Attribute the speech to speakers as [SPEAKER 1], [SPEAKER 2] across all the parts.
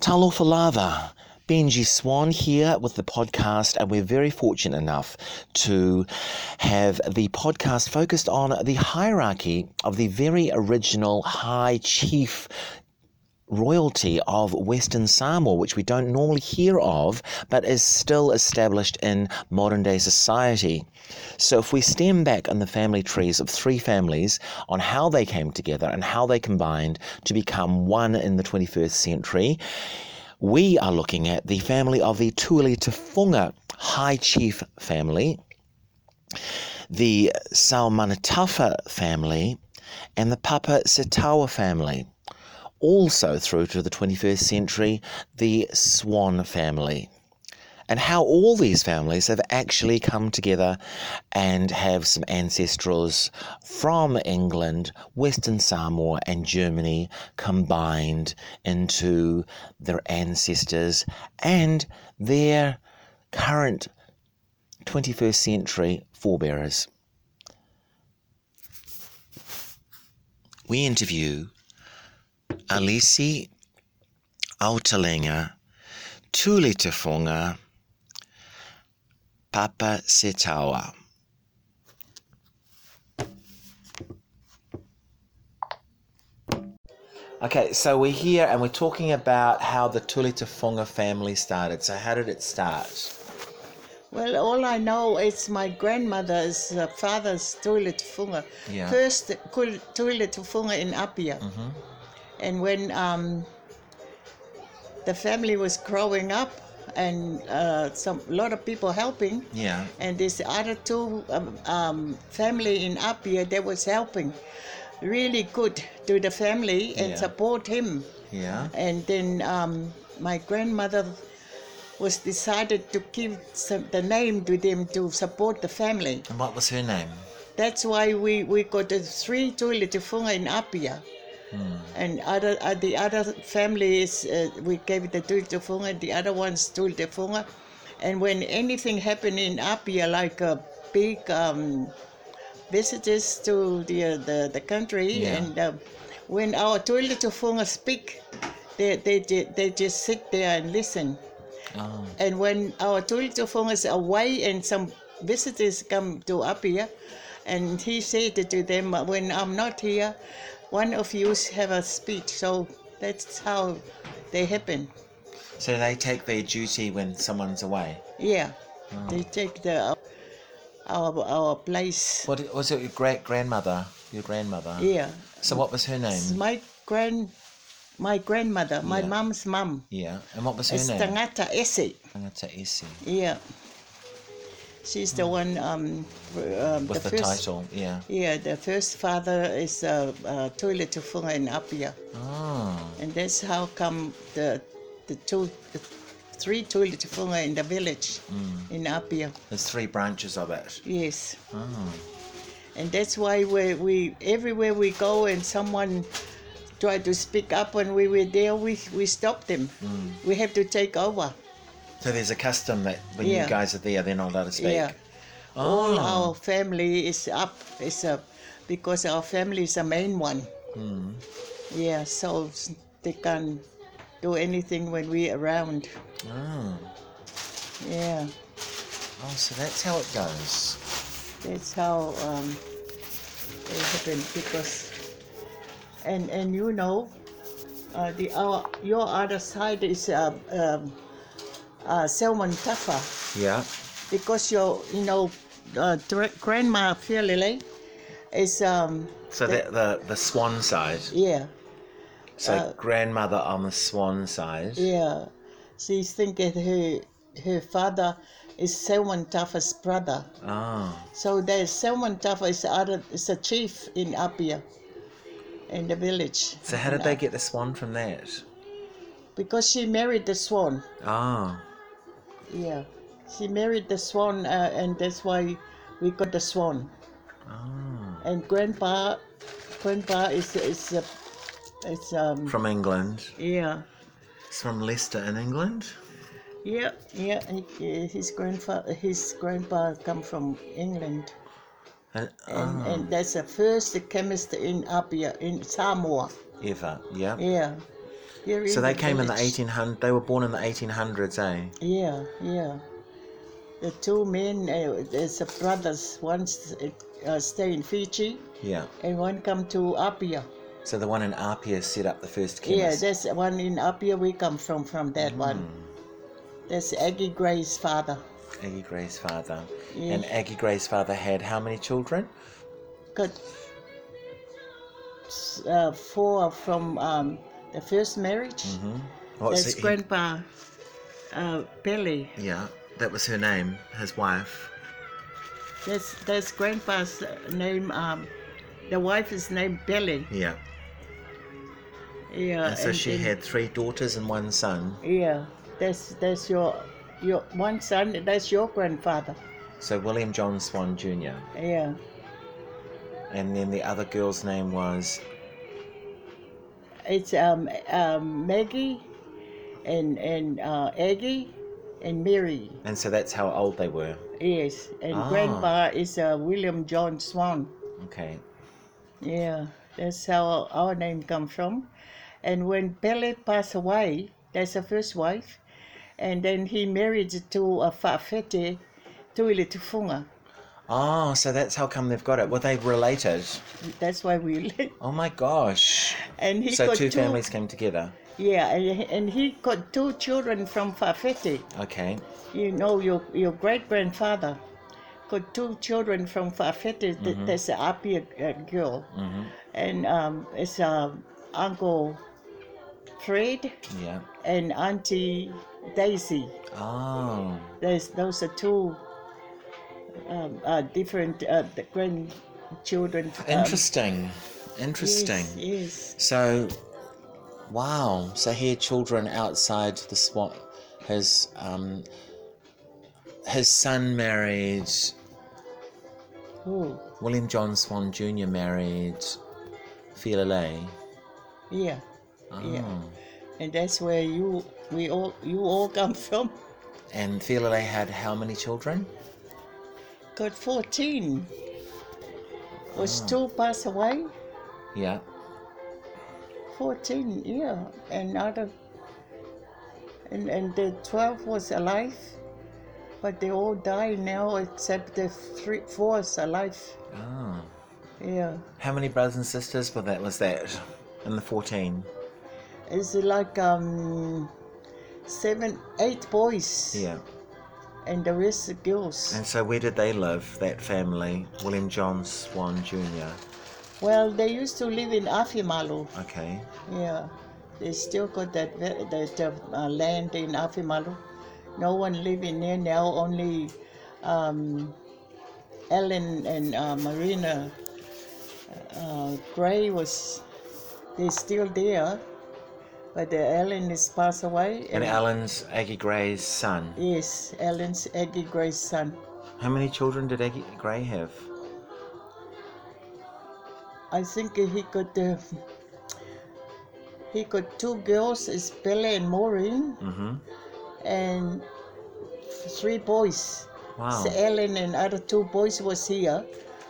[SPEAKER 1] Talo Falava. Benji Swan here with the podcast, and we're very fortunate enough to have the podcast focused on the hierarchy of the very original High Chief royalty of Western Samoa, which we don't normally hear of, but is still established in modern day society. So, if we stem back on the family trees of three families on how they came together and how they combined to become one in the 21st century, we are looking at the family of the Tuili Tafunga High Chief family, the Saumanatafa family, and the Papa Setawa family also through to the 21st century, the Swan family. And how all these families have actually come together and have some ancestors from England, Western Samoa, and Germany combined into their ancestors and their current 21st century forebearers. We interview Alisi Autalinga, Tuli Tefunga, Papa Setawa. Okay, so we're here and we're talking about how the Tuli Tefunga family started. So, how did it start?
[SPEAKER 2] Well, all I know is my grandmother's uh, father's toilet funga.
[SPEAKER 1] Yeah. Mm-hmm.
[SPEAKER 2] First kul- toilet funga in Apia. And when um, the family was growing up and uh, some lot of people helping,
[SPEAKER 1] Yeah.
[SPEAKER 2] and this other two um, um, family in Apia that was helping really good to the family and
[SPEAKER 1] Yeah.
[SPEAKER 2] support him.
[SPEAKER 1] Yeah.
[SPEAKER 2] And then um, my grandmother was decided to give some, the name to them to support the family.
[SPEAKER 1] And what was her name?
[SPEAKER 2] That's why we, we got the three toilet funga in Apia. And other uh, the other family is uh, we gave it the toilet funga, the other one's toilet funga. And when anything happened in Apia, like a big um, visitors to the uh, the, the country,
[SPEAKER 1] Yeah.
[SPEAKER 2] and uh, when our toilet funga speak, they, they ju- they just sit there and listen.
[SPEAKER 1] Oh,
[SPEAKER 2] And when our Tulitofong is away and some visitors come to up here, and he said to them, when I'm not here, one of you have a speech. So that's how they happen.
[SPEAKER 1] so they take their duty when someone's away.
[SPEAKER 2] Yeah, they
[SPEAKER 1] Ah.
[SPEAKER 2] take the our our place.
[SPEAKER 1] What was it? Your great grandmother? Your grandmother?
[SPEAKER 2] Yeah,
[SPEAKER 1] So, what was her
[SPEAKER 2] It's
[SPEAKER 1] name?
[SPEAKER 2] my grand my grandmother, my
[SPEAKER 1] Yeah.
[SPEAKER 2] mum's mum,
[SPEAKER 1] Yeah. And what was her
[SPEAKER 2] is
[SPEAKER 1] name?
[SPEAKER 2] Tangata Ese.
[SPEAKER 1] Tangata Ese.
[SPEAKER 2] Yeah, she's the one um, um
[SPEAKER 1] Hmm. With the,
[SPEAKER 2] first,
[SPEAKER 1] title, yeah.
[SPEAKER 2] Yeah, the first father is uh, uh, Tuile Tufunga in Apia,
[SPEAKER 1] Oh,
[SPEAKER 2] and that's how come the the two, the three Tuile Tufunga in the village in Apia.
[SPEAKER 1] there's three branches of it.
[SPEAKER 2] Yes,
[SPEAKER 1] Oh,
[SPEAKER 2] and that's why we we everywhere we go and someone tried to speak up when we were there, we we stopped them. We have to take over.
[SPEAKER 1] so there's a custom that when
[SPEAKER 2] Yeah.
[SPEAKER 1] you guys are there, they're not allowed to speak.
[SPEAKER 2] Yeah.
[SPEAKER 1] Oh,
[SPEAKER 2] All our family is up is a, because our family is the main one. Yeah, so s- they can do anything when we're around.
[SPEAKER 1] oh,
[SPEAKER 2] Yeah,
[SPEAKER 1] oh, so that's how it goes.
[SPEAKER 2] that's how um, it happened because and and you know uh, the our your other side is uh, um, uh, salmon taffa.
[SPEAKER 1] Yeah.
[SPEAKER 2] because your you know uh, dra- grandma Fialele is um
[SPEAKER 1] So the, the, the swan side.
[SPEAKER 2] yeah
[SPEAKER 1] So grandmother on the swan side.
[SPEAKER 2] Uh, yeah she's thinking her her father is Selman Tafa's brother
[SPEAKER 1] Oh,
[SPEAKER 2] so there's Selman Tafa is other is a chief in Apia in the village
[SPEAKER 1] so how did they get the swan from that?
[SPEAKER 2] because she married the swan
[SPEAKER 1] Oh,
[SPEAKER 2] yeah she married the swan uh, and that's why we got the swan
[SPEAKER 1] oh.
[SPEAKER 2] and grandpa grandpa is is uh, is um
[SPEAKER 1] From England.
[SPEAKER 2] Yeah,
[SPEAKER 1] It's from Leicester in England.
[SPEAKER 2] yeah, yeah. He, his grandfather, his grandpa come from England,
[SPEAKER 1] And,
[SPEAKER 2] and,
[SPEAKER 1] oh,
[SPEAKER 2] and that's the first chemist in Apia in Samoa.
[SPEAKER 1] Eva, yeah.
[SPEAKER 2] Yeah, here
[SPEAKER 1] So
[SPEAKER 2] in
[SPEAKER 1] they
[SPEAKER 2] the
[SPEAKER 1] came in the
[SPEAKER 2] village.
[SPEAKER 1] 1800s. They were born in the 1800s, eh?
[SPEAKER 2] Yeah, yeah. The two men, uh, there's a brothers. One s- uh, stay in Fiji,
[SPEAKER 1] Yeah.
[SPEAKER 2] and one come to Apia.
[SPEAKER 1] So the one in Apia set up the first
[SPEAKER 2] Yeah,
[SPEAKER 1] chemist.
[SPEAKER 2] there's one in Apia. We come from from that one.
[SPEAKER 1] Hmm.
[SPEAKER 2] That's Aggie Gray's father.
[SPEAKER 1] Aggie Gray's father.
[SPEAKER 2] Yeah.
[SPEAKER 1] And Aggie Gray's father had how many children?
[SPEAKER 2] Got s- uh, four from um, the first marriage.
[SPEAKER 1] Hmm? What's Mm-hmm. Oh,
[SPEAKER 2] That's
[SPEAKER 1] he-
[SPEAKER 2] Grandpa uh, Billy.
[SPEAKER 1] Yeah, that was her name, his wife.
[SPEAKER 2] That's that's Grandpa's name. Um, the wife is named Billy.
[SPEAKER 1] Yeah.
[SPEAKER 2] Yeah.
[SPEAKER 1] And so
[SPEAKER 2] Uh, and
[SPEAKER 1] she
[SPEAKER 2] then-
[SPEAKER 1] had three daughters and one son.
[SPEAKER 2] Yeah, that's that's your your one son. That's your grandfather.
[SPEAKER 1] So William John Swan Jr.
[SPEAKER 2] Yeah,
[SPEAKER 1] And then the other girl's name was
[SPEAKER 2] it's um, um Maggie, and and uh, Aggie, and Mary.
[SPEAKER 1] and so that's how old they were.
[SPEAKER 2] Yes, and
[SPEAKER 1] Ah.
[SPEAKER 2] grandpa is uh, William John Swan.
[SPEAKER 1] Okay.
[SPEAKER 2] Yeah, that's how our name come from. And when Pele passed away, that's the first wife, and then he married to a Fafete Tuilitufunga.
[SPEAKER 1] Oh, so that's how come they've got it. Were they related?
[SPEAKER 2] That's why we.
[SPEAKER 1] Oh my gosh.
[SPEAKER 2] and he
[SPEAKER 1] so
[SPEAKER 2] got
[SPEAKER 1] two families came together.
[SPEAKER 2] Yeah, and, and he got two children from Fafete.
[SPEAKER 1] Okay.
[SPEAKER 2] You know, your your great grandfather got two children from Fafete. Th-
[SPEAKER 1] Mm-hmm.
[SPEAKER 2] That's a Apia uh, girl, and um, it's uh, Uncle Fred
[SPEAKER 1] Yeah.
[SPEAKER 2] and Auntie Daisy. Um,
[SPEAKER 1] Oh.
[SPEAKER 2] There's those are two um, uh, different uh, the grandchildren. um,
[SPEAKER 1] Interesting. Interesting.
[SPEAKER 2] Yes, yes.
[SPEAKER 1] So, wow. So he had children outside the swamp. His um, his son married.
[SPEAKER 2] Oh,
[SPEAKER 1] William John Swan Jr. married Filale.
[SPEAKER 2] yeah.
[SPEAKER 1] Oh.
[SPEAKER 2] Yeah. and that's where you we all you all come from.
[SPEAKER 1] And Filale had how many children?
[SPEAKER 2] Got fourteen. Was two passed away?
[SPEAKER 1] Yeah.
[SPEAKER 2] Fourteen, yeah. And other and and the twelve was alive, but they all die now except the three four is alive.
[SPEAKER 1] Oh.
[SPEAKER 2] Yeah.
[SPEAKER 1] How many brothers and sisters were that? Was that in the fourteen?
[SPEAKER 2] It's like um seven eight boys
[SPEAKER 1] Yeah.
[SPEAKER 2] and the rest are girls.
[SPEAKER 1] And so where did they live? That family, William John Swan Jr.
[SPEAKER 2] well they used to live in Afimalu.
[SPEAKER 1] Okay.
[SPEAKER 2] Yeah, they still got that ve- that uh, uh, land in Afimalu. No one living there now. Only um, Ellen and uh, Marina uh, Gray was. They still there, but uh, Ellen is passed away.
[SPEAKER 1] And Alan's Aggie Gray's son.
[SPEAKER 2] yes, Ellen's Aggie Gray's son.
[SPEAKER 1] How many children did Aggie Gray have?
[SPEAKER 2] I think he got uh, he got two girls, is Bella and Maureen,
[SPEAKER 1] Mm-hmm.
[SPEAKER 2] and three boys.
[SPEAKER 1] Wow.
[SPEAKER 2] So Ellen and other two boys was here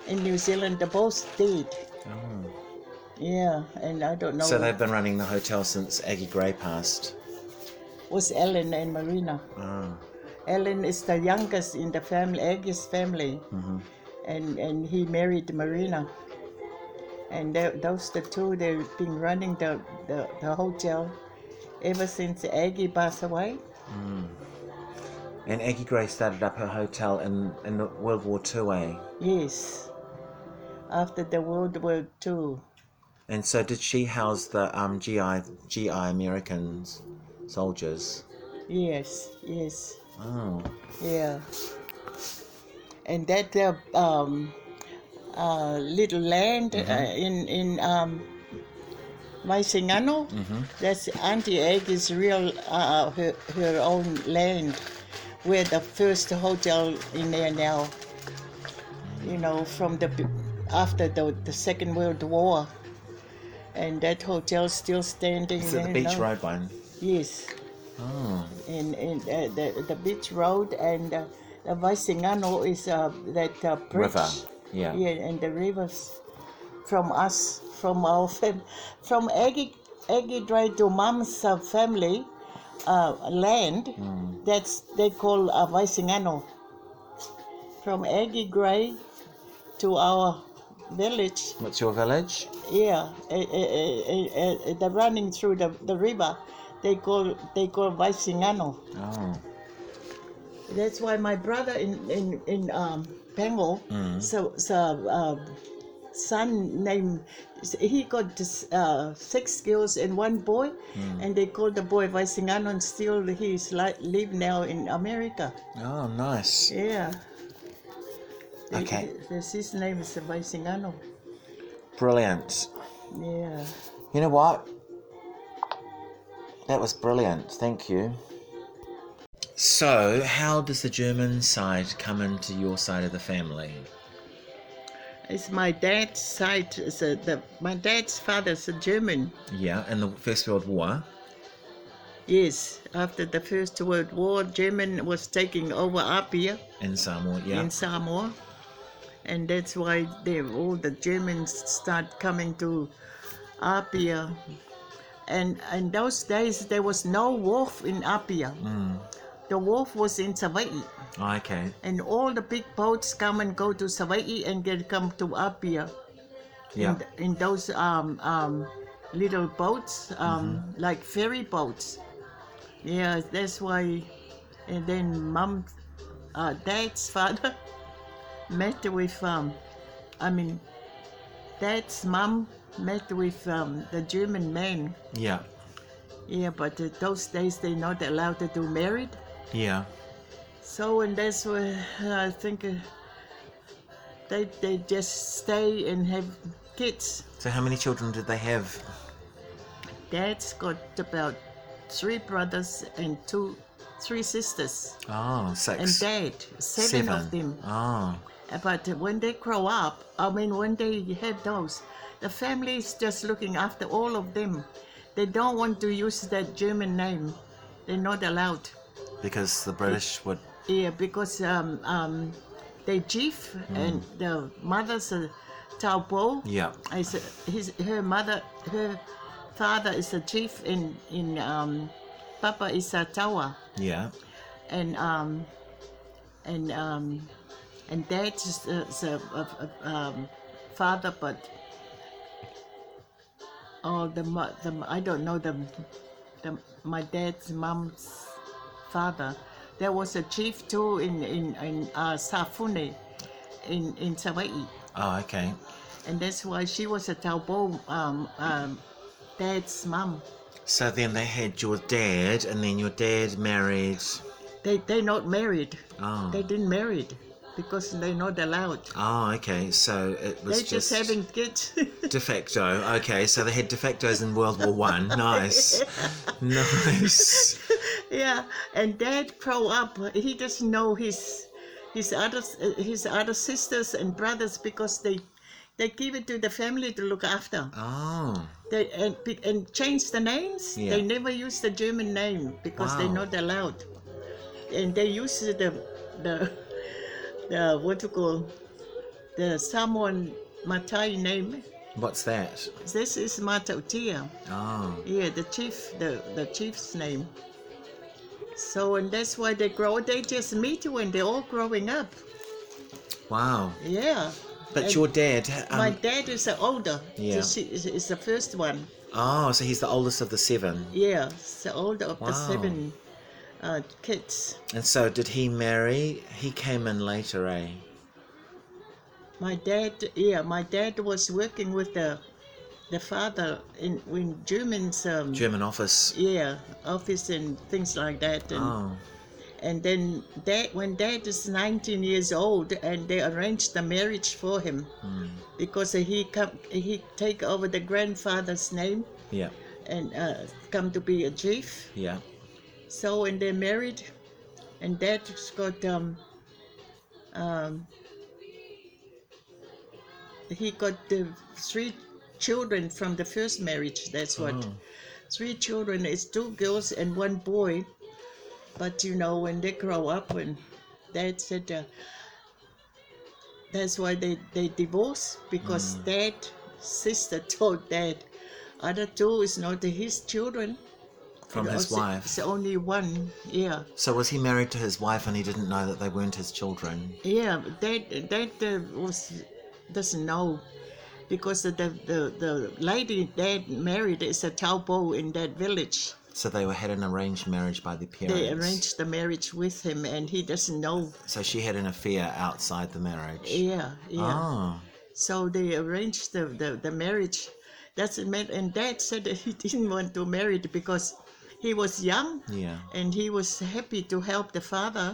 [SPEAKER 2] in New Zealand. They both did.
[SPEAKER 1] Oh.
[SPEAKER 2] Yeah, and I don't know.
[SPEAKER 1] So they've been running the hotel since Aggie Gray passed.
[SPEAKER 2] was Ellen and Marina.
[SPEAKER 1] Oh.
[SPEAKER 2] Ellen is the youngest in the family, Aggie's family,
[SPEAKER 1] Mhm.
[SPEAKER 2] and and he married Marina. And tho- those the two they've been running the, the, the hotel ever since Aggie passed away.
[SPEAKER 1] And Aggie Gray started up her hotel in, in World War Two, eh?
[SPEAKER 2] Yes, after the World War Two.
[SPEAKER 1] And so did she house the um, GI GI Americans soldiers?
[SPEAKER 2] Yes, yes.
[SPEAKER 1] Oh.
[SPEAKER 2] Yeah. And that uh, um, uh, little land uh,
[SPEAKER 1] Mm-hmm.
[SPEAKER 2] in in um, Maisingano,
[SPEAKER 1] Mm-hmm.
[SPEAKER 2] that's Auntie Aggie's real uh, her, her own land, where the first hotel in there now. You know, from the b- after the, the Second World War, and that hotel still standing
[SPEAKER 1] Is
[SPEAKER 2] there
[SPEAKER 1] it the Beach
[SPEAKER 2] now.
[SPEAKER 1] Road one?
[SPEAKER 2] Yes
[SPEAKER 1] Oh.
[SPEAKER 2] in, in uh, the, the beach road and uh, the Vaisingano is uh, that uh, bridge.
[SPEAKER 1] River. Yeah.
[SPEAKER 2] Yeah, and the rivers from us, from our fam- from Aggie Aggie tried to mom's uh, family uh, land.
[SPEAKER 1] Mm.
[SPEAKER 2] That's they call uh, Vaisingano. From Aggie Gray to our village,
[SPEAKER 1] What's your village?
[SPEAKER 2] yeah, eh, eh, eh, eh, eh, eh, they're running through the, the river. They call they call Vaisingano.
[SPEAKER 1] Oh.
[SPEAKER 2] That's why my brother in in in um, Bengal, so so uh, son named he got this, uh, six girls and one boy, and they called the boy Vaisingano, and still he's li- live now in America.
[SPEAKER 1] Oh, nice.
[SPEAKER 2] Yeah. They-
[SPEAKER 1] Okay.
[SPEAKER 2] This his name is Vaisingano.
[SPEAKER 1] Brilliant.
[SPEAKER 2] Yeah.
[SPEAKER 1] You know what? That was brilliant. Thank you. So, how does the German side come into your side of the family?
[SPEAKER 2] It's my dad's side. Is a, the, my dad's father's a German.
[SPEAKER 1] Yeah, in the First World War.
[SPEAKER 2] Yes, after the First World War, German was taking over Apia
[SPEAKER 1] In Samoa, yeah.
[SPEAKER 2] in Samoa, and that's why they all the Germans start coming to Apia. And in those days, there was no wharf in Apia. The wharf was in Hawaii,
[SPEAKER 1] Oh, okay.
[SPEAKER 2] and all the big boats come and go to Hawaii and they come to Apia.
[SPEAKER 1] Yeah.
[SPEAKER 2] in, in those um, um, little boats, um, like ferry boats. Yeah, that's why. And then mom, uh, dad's father met with, um, I mean, dad's mom met with um, the German man.
[SPEAKER 1] yeah.
[SPEAKER 2] Yeah, but uh, those days they're not allowed to do married.
[SPEAKER 1] Yeah.
[SPEAKER 2] So and that's where I think uh, they they just stay and have kids.
[SPEAKER 1] So, how many children did they have?
[SPEAKER 2] Dad's got about three brothers and two, three sisters,
[SPEAKER 1] Oh,
[SPEAKER 2] and
[SPEAKER 1] six.
[SPEAKER 2] dad, seven, of them.
[SPEAKER 1] Oh,
[SPEAKER 2] But when they grow up, I mean, when they have those, the family is just looking after all of them. They don't want to use that German name. They're not allowed.
[SPEAKER 1] because the British would.
[SPEAKER 2] Yeah, because um, um, they chief and the mother's a Taupo.
[SPEAKER 1] Yeah.
[SPEAKER 2] Is his her mother her father is a chief in in um, Papa is a Tawa
[SPEAKER 1] Yeah.
[SPEAKER 2] and um, and um, and dad is a, is a, a, a um, father but oh the mo- the mo- I don't know the the my dad's mom's father there was a chief too in in in uh, Safune in in Hawaii
[SPEAKER 1] Oh, okay.
[SPEAKER 2] and that's why she was a Taupo um, um, dad's mom.
[SPEAKER 1] So then they had your dad, and then your dad married.
[SPEAKER 2] They they not married.
[SPEAKER 1] Oh.
[SPEAKER 2] They didn't married because they not allowed.
[SPEAKER 1] Oh, okay. So it was
[SPEAKER 2] They just having kids.
[SPEAKER 1] de facto. Okay, so they had de factos in World War One. Nice, nice.
[SPEAKER 2] yeah, and dad grow up. He doesn't know his his other his other sisters and brothers because they they give it to the family to look after.
[SPEAKER 1] Oh,
[SPEAKER 2] They and be- and change the names.
[SPEAKER 1] Yeah.
[SPEAKER 2] They never use the German name because they're
[SPEAKER 1] Wow.
[SPEAKER 2] not allowed. And they use the the the what you call the someone Matai name.
[SPEAKER 1] what's that?
[SPEAKER 2] This is Matautia.
[SPEAKER 1] Oh,
[SPEAKER 2] Yeah, the chief, the, the chief's name. So, and that's why they grow, they just meet when they're all growing up.
[SPEAKER 1] wow.
[SPEAKER 2] Yeah.
[SPEAKER 1] But
[SPEAKER 2] And
[SPEAKER 1] your dad.
[SPEAKER 2] My
[SPEAKER 1] Um,
[SPEAKER 2] dad is the older.
[SPEAKER 1] Yeah.
[SPEAKER 2] So she is, is the first one.
[SPEAKER 1] oh, so he's the oldest of the seven.
[SPEAKER 2] Yeah, it's the older of the
[SPEAKER 1] Wow.
[SPEAKER 2] seven uh, kids.
[SPEAKER 1] And so did he marry? He came in later, eh?
[SPEAKER 2] My dad, yeah, my dad was working with the the father in, in Germans, um,
[SPEAKER 1] German office.
[SPEAKER 2] yeah, office and things like that. And,
[SPEAKER 1] Oh,
[SPEAKER 2] And then dad, when dad is 19 years old, and they arranged the marriage for him
[SPEAKER 1] Hmm.
[SPEAKER 2] because he come, he take over the grandfather's name
[SPEAKER 1] yeah,
[SPEAKER 2] and uh, come to be a chief.
[SPEAKER 1] yeah.
[SPEAKER 2] So and they married, and dad's got um, um he got the three children from the first marriage. That's what
[SPEAKER 1] Oh.
[SPEAKER 2] three children is two girls and one boy. But you know, when they grow up, and dad said, uh, that's why they, they divorced because dad, sister told dad, Other two is not his children.
[SPEAKER 1] from his
[SPEAKER 2] Also,
[SPEAKER 1] wife.
[SPEAKER 2] It's only one. Yeah.
[SPEAKER 1] So was he married to his wife and he didn't know that they weren't his children?
[SPEAKER 2] Yeah, that that uh, was doesn't know because the the the lady that married is a Taupo in that village.
[SPEAKER 1] So they were had an arranged marriage by the parents.
[SPEAKER 2] They arranged the marriage with him, and he doesn't know.
[SPEAKER 1] So she had an affair outside the marriage.
[SPEAKER 2] Yeah, yeah.
[SPEAKER 1] Oh.
[SPEAKER 2] So they arranged the the, the marriage. That's meant, and Dad said that he didn't want to marry it because he was young
[SPEAKER 1] Yeah.
[SPEAKER 2] and he was happy to help the father.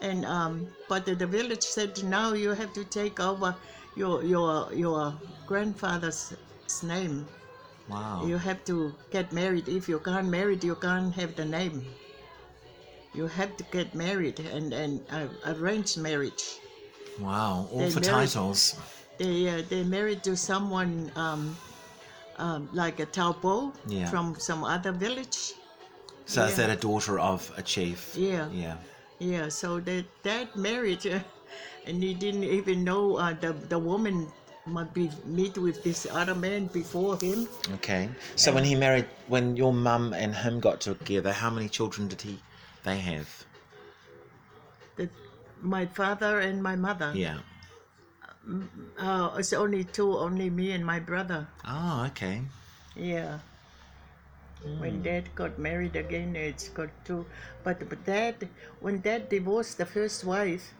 [SPEAKER 2] And um, but the, the village said, now you have to take over your your your grandfather's name.
[SPEAKER 1] Wow.
[SPEAKER 2] You have to get married. If you can't marry, you can't have the name. You have to get married and and uh, arrange marriage.
[SPEAKER 1] Wow. All
[SPEAKER 2] They
[SPEAKER 1] for
[SPEAKER 2] married-
[SPEAKER 1] titles.
[SPEAKER 2] They uh, they married to someone um, um, like a Taupo
[SPEAKER 1] Yeah.
[SPEAKER 2] from some other village.
[SPEAKER 1] So is
[SPEAKER 2] Yeah.
[SPEAKER 1] that a daughter of a chief?
[SPEAKER 2] Yeah.
[SPEAKER 1] Yeah.
[SPEAKER 2] Yeah, so that that marriage, uh, and he didn't even know uh, the the woman might be meet with this other man before him.
[SPEAKER 1] Okay. So when he married, when your mum and him got together, how many children did he, they have?
[SPEAKER 2] That my father and my mother.
[SPEAKER 1] Yeah.
[SPEAKER 2] Uh, it's only two, only me and my brother.
[SPEAKER 1] Oh, okay.
[SPEAKER 2] Yeah. When dad got married again, it's got two. But, but dad, when dad divorced the first wife,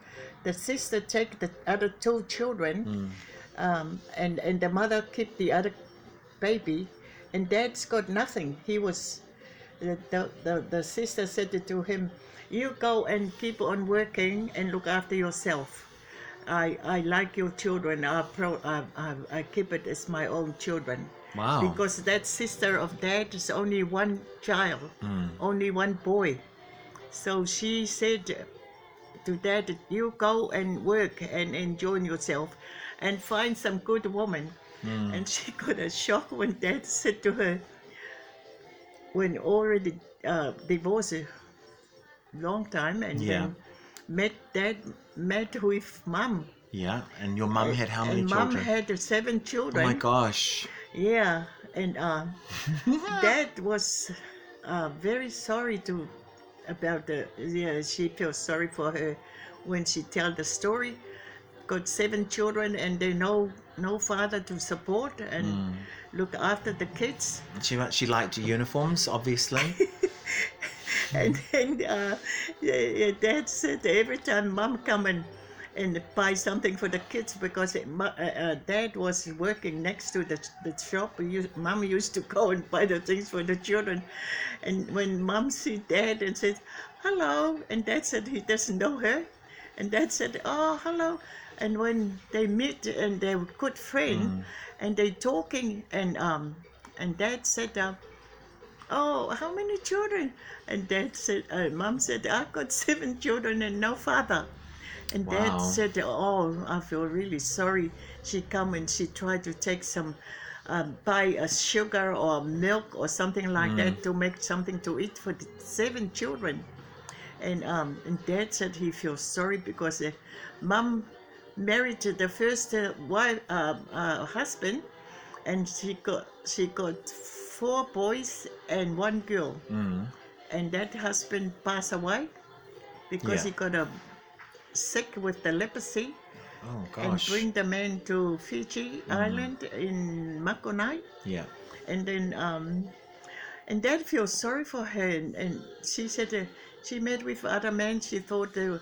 [SPEAKER 2] the sister take the other two children, um, and and the mother keep the other baby, and dad's got nothing. He was, the the, the, the sister said to him, "You go and keep on working and look after yourself." I, I like your children. I, pro, I, I, I keep it as my own children
[SPEAKER 1] Wow.
[SPEAKER 2] because that sister of dad is only one child,
[SPEAKER 1] Hmm.
[SPEAKER 2] only one boy. So she said to dad, "You go and work and enjoy yourself, and find some good woman."
[SPEAKER 1] Hmm.
[SPEAKER 2] And she got a shock when dad said to her, "When already uh, divorced, a long time, and
[SPEAKER 1] Yeah.
[SPEAKER 2] then met dad met with mom."
[SPEAKER 1] yeah. And your mum had how many
[SPEAKER 2] and mom
[SPEAKER 1] children?
[SPEAKER 2] had seven
[SPEAKER 1] oh
[SPEAKER 2] children.
[SPEAKER 1] my gosh.
[SPEAKER 2] Yeah, and uh, Dad was uh, very sorry to about the yeah. She feels sorry for her when she tell the story. Got seven children and they no no father to support and look after the kids.
[SPEAKER 1] She, she liked uniforms, obviously.
[SPEAKER 2] And then uh, yeah, yeah, Dad said every time Mom come and and buy something for the kids because it, mu- uh, uh, Dad was working next to the the shop. We used- Mom used to go and buy the things for the children, and when Mom see Dad and said hello, and Dad said he doesn't know her, and Dad said oh hello, and when they meet and they're good friend, and they talking and um and Dad said. Uh, Oh, how many children? And dad said, uh, mom said, I've got seven children and no father. And dad
[SPEAKER 1] Wow.
[SPEAKER 2] said, oh, I feel really sorry. She come and she tried to take some, um, buy a sugar or milk or something like that to make something to eat for the seven children. And, um, and dad said he feels sorry because uh, mom married to the first uh, wife, uh, uh, husband and she got she got four boys and one girl
[SPEAKER 1] mm.
[SPEAKER 2] and that husband passed away
[SPEAKER 1] Yeah.
[SPEAKER 2] because he got a sick with the leprosy
[SPEAKER 1] Oh,
[SPEAKER 2] and
[SPEAKER 1] gosh.
[SPEAKER 2] bring the man to Fiji Island in Makonai
[SPEAKER 1] yeah.
[SPEAKER 2] and then um, and dad feels sorry for her and, and she said uh, she met with other men she thought uh,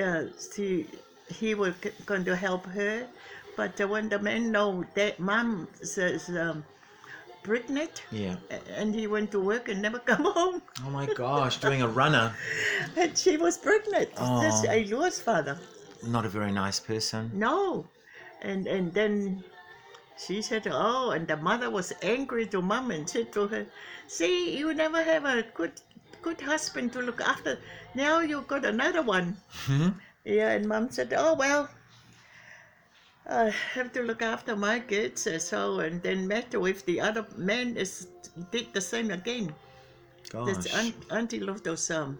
[SPEAKER 2] uh, she, he was g- going to help her but uh, when the men know that mom says um, pregnant
[SPEAKER 1] Yeah.
[SPEAKER 2] a- and he went to work and never come home
[SPEAKER 1] Oh my gosh, doing a runner.
[SPEAKER 2] and she was pregnant that's
[SPEAKER 1] Oh.
[SPEAKER 2] a yours father
[SPEAKER 1] Not a very nice person.
[SPEAKER 2] no and and then she said oh and the mother was angry to mom and said to her see you never have a good good husband to look after now you got another one
[SPEAKER 1] Hmm?
[SPEAKER 2] yeah and mom said oh well i have to look after my kids uh, so and then met with the other man is did the same again
[SPEAKER 1] Gosh.
[SPEAKER 2] This aunt, auntie loved those um,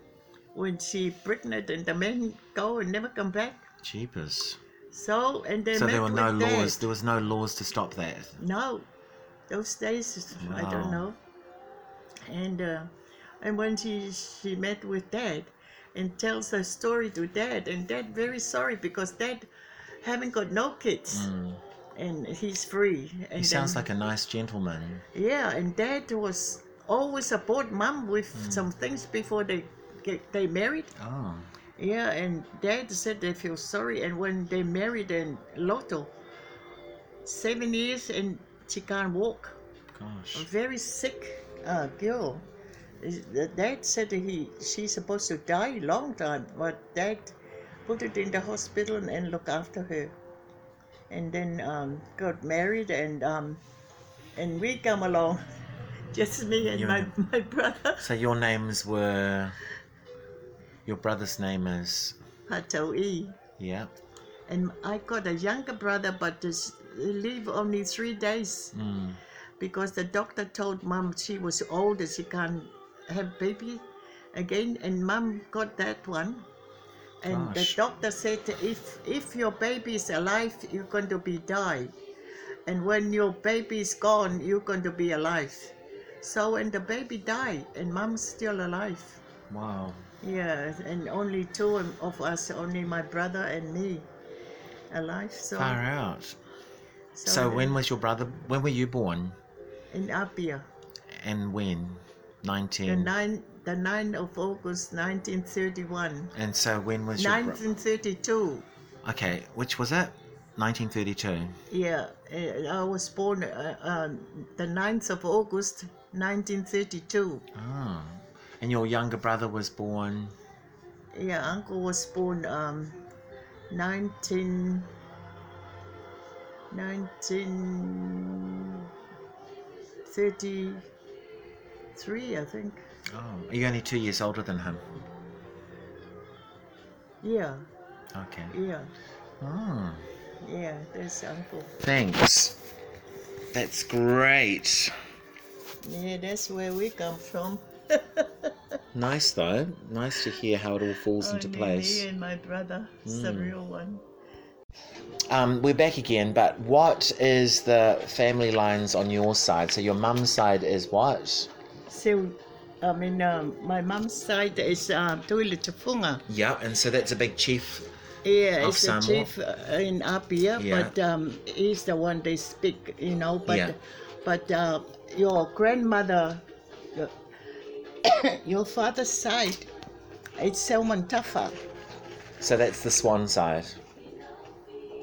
[SPEAKER 2] when she pregnant and the men go and never come back.
[SPEAKER 1] Jeepers.
[SPEAKER 2] So and they
[SPEAKER 1] So
[SPEAKER 2] met
[SPEAKER 1] there were
[SPEAKER 2] with
[SPEAKER 1] no laws.
[SPEAKER 2] Dad.
[SPEAKER 1] There was no laws to stop that.
[SPEAKER 2] No, those days. I don't
[SPEAKER 1] Wow.
[SPEAKER 2] know. And uh, and when she she met with dad, and tells her story to dad, and dad very sorry because dad haven't got no kids, and he's free. And
[SPEAKER 1] Mm. He sounds
[SPEAKER 2] then-
[SPEAKER 1] like a nice gentleman.
[SPEAKER 2] yeah, and dad was always support mom with
[SPEAKER 1] Mm.
[SPEAKER 2] some things before they get they married.
[SPEAKER 1] Oh.
[SPEAKER 2] Yeah, and dad said they feel sorry. And when they married in Lotto, seven years and she can't walk. A
[SPEAKER 1] Gosh.
[SPEAKER 2] very sick uh, girl. Is- the Dad said that he she's supposed to die long time, but dad put it in the hospital and, and look after her. And then um, got married and um, and we come along, just me and
[SPEAKER 1] You
[SPEAKER 2] my,
[SPEAKER 1] and-
[SPEAKER 2] my brother.
[SPEAKER 1] So your names were. Your brother's name is.
[SPEAKER 2] Hato E.
[SPEAKER 1] Yeah.
[SPEAKER 2] And I got a younger brother, but just live only three days
[SPEAKER 1] Mm.
[SPEAKER 2] because the doctor told mom she was older, she can't have baby again. And mom got that one.
[SPEAKER 1] Gosh.
[SPEAKER 2] And the doctor said, if if your baby is alive, you're going to be die, and when your baby is gone, you're going to be alive. So and the baby died, and mom's still alive.
[SPEAKER 1] Wow.
[SPEAKER 2] Yeah, and only two of us, only my brother and me, alive. So,
[SPEAKER 1] Far out.
[SPEAKER 2] so,
[SPEAKER 1] So when was your brother. When were you born?
[SPEAKER 2] in Apia,
[SPEAKER 1] And when?
[SPEAKER 2] the
[SPEAKER 1] 19.
[SPEAKER 2] nine, the 9 of August, 1931,
[SPEAKER 1] And so when was your. bro-
[SPEAKER 2] 1932.
[SPEAKER 1] Okay, which was it? 1932.
[SPEAKER 2] Yeah, eh, I was born uh, um, the 9th of August, 1932.
[SPEAKER 1] Oh. And your younger brother was born.
[SPEAKER 2] Yeah, uncle was born um, 19, 1933, I think.
[SPEAKER 1] Oh. Are you only two years older than him?
[SPEAKER 2] Yeah,
[SPEAKER 1] Okay.
[SPEAKER 2] yeah,
[SPEAKER 1] Oh.
[SPEAKER 2] yeah, that's uncle.
[SPEAKER 1] Thanks. That's great.
[SPEAKER 2] Yeah, that's where we come from.
[SPEAKER 1] Nice though. Nice to hear how it all falls into
[SPEAKER 2] Only
[SPEAKER 1] place. Hmm.
[SPEAKER 2] Me and my brother, it's the real one.
[SPEAKER 1] Um, we're back again, but what is the family lines on your side? So your mum's side is what?
[SPEAKER 2] So, I mean, um, my mom's side is um, Tuile Tafunga.
[SPEAKER 1] Yeah, and so that's a big chief.
[SPEAKER 2] Yeah,
[SPEAKER 1] of
[SPEAKER 2] it's the
[SPEAKER 1] Samoa.
[SPEAKER 2] chief uh, in Apia,
[SPEAKER 1] Yeah.
[SPEAKER 2] but um, he's the one they speak, you know. But
[SPEAKER 1] Yeah.
[SPEAKER 2] but uh, your grandmother, your, your father's side, it's Selman Tafa.
[SPEAKER 1] So that's the swan side.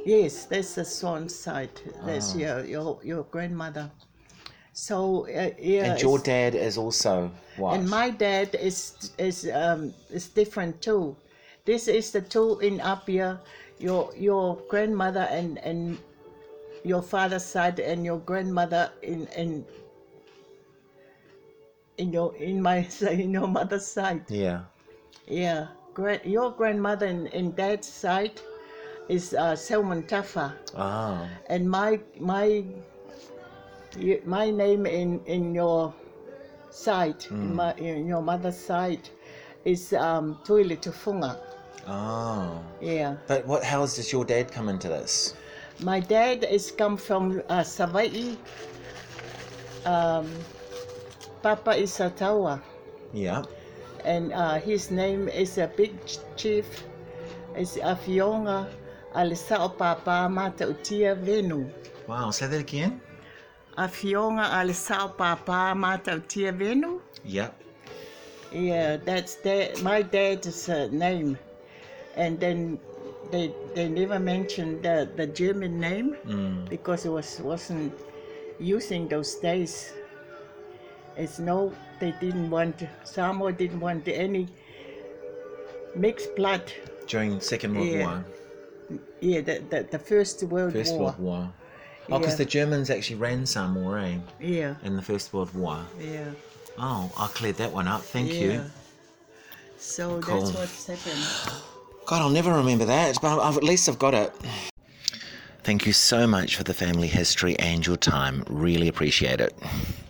[SPEAKER 2] Yes, that's the swan side. That's
[SPEAKER 1] Ah.
[SPEAKER 2] your your your grandmother. So uh, yeah,
[SPEAKER 1] and your
[SPEAKER 2] it's-
[SPEAKER 1] dad is also what?
[SPEAKER 2] and my dad is is um, is different too. This is the two in Apia, your your grandmother and and your father's side and your grandmother in in in your in my in your mother's side.
[SPEAKER 1] yeah.
[SPEAKER 2] Yeah, Grand, your grandmother in, in dad's side is uh, Selman Tafa
[SPEAKER 1] Oh.
[SPEAKER 2] and my my y- my name in in your side in, my, in your mother's side is um Tuile Tufunga.
[SPEAKER 1] Oh.
[SPEAKER 2] Yeah,
[SPEAKER 1] But what? How does your dad come into this?
[SPEAKER 2] my dad is come from uh, Hawaii. Um, Papa is Atawa,
[SPEAKER 1] Yeah.
[SPEAKER 2] and uh, his name is a big ch- chief. Is Afionga Alisao Papa Mata Utia Venu.
[SPEAKER 1] Wow. Say that again.
[SPEAKER 2] Afionga Alisao Papa Mata Utia Venu.
[SPEAKER 1] Yep.
[SPEAKER 2] Yeah, that's da- my dad's uh, name, and then they they never mentioned the, the German name
[SPEAKER 1] Mm.
[SPEAKER 2] because it was wasn't using those days. It's no, they didn't want Samoa didn't want any mixed blood.
[SPEAKER 1] During Second World
[SPEAKER 2] Yeah.
[SPEAKER 1] War.
[SPEAKER 2] Yeah, the the, the First World
[SPEAKER 1] First
[SPEAKER 2] War.
[SPEAKER 1] World War. Oh, because
[SPEAKER 2] Yeah.
[SPEAKER 1] the Germans actually ran Samoa eh,
[SPEAKER 2] Yeah,
[SPEAKER 1] in the First World War.
[SPEAKER 2] yeah.
[SPEAKER 1] Oh, I cleared that one up. Thank
[SPEAKER 2] yeah.
[SPEAKER 1] you.
[SPEAKER 2] So
[SPEAKER 1] Cool.
[SPEAKER 2] that's what's happened.
[SPEAKER 1] God, I'll never remember that, but I've, at least I've got it. Thank you so much for the family history and your time. Really appreciate it.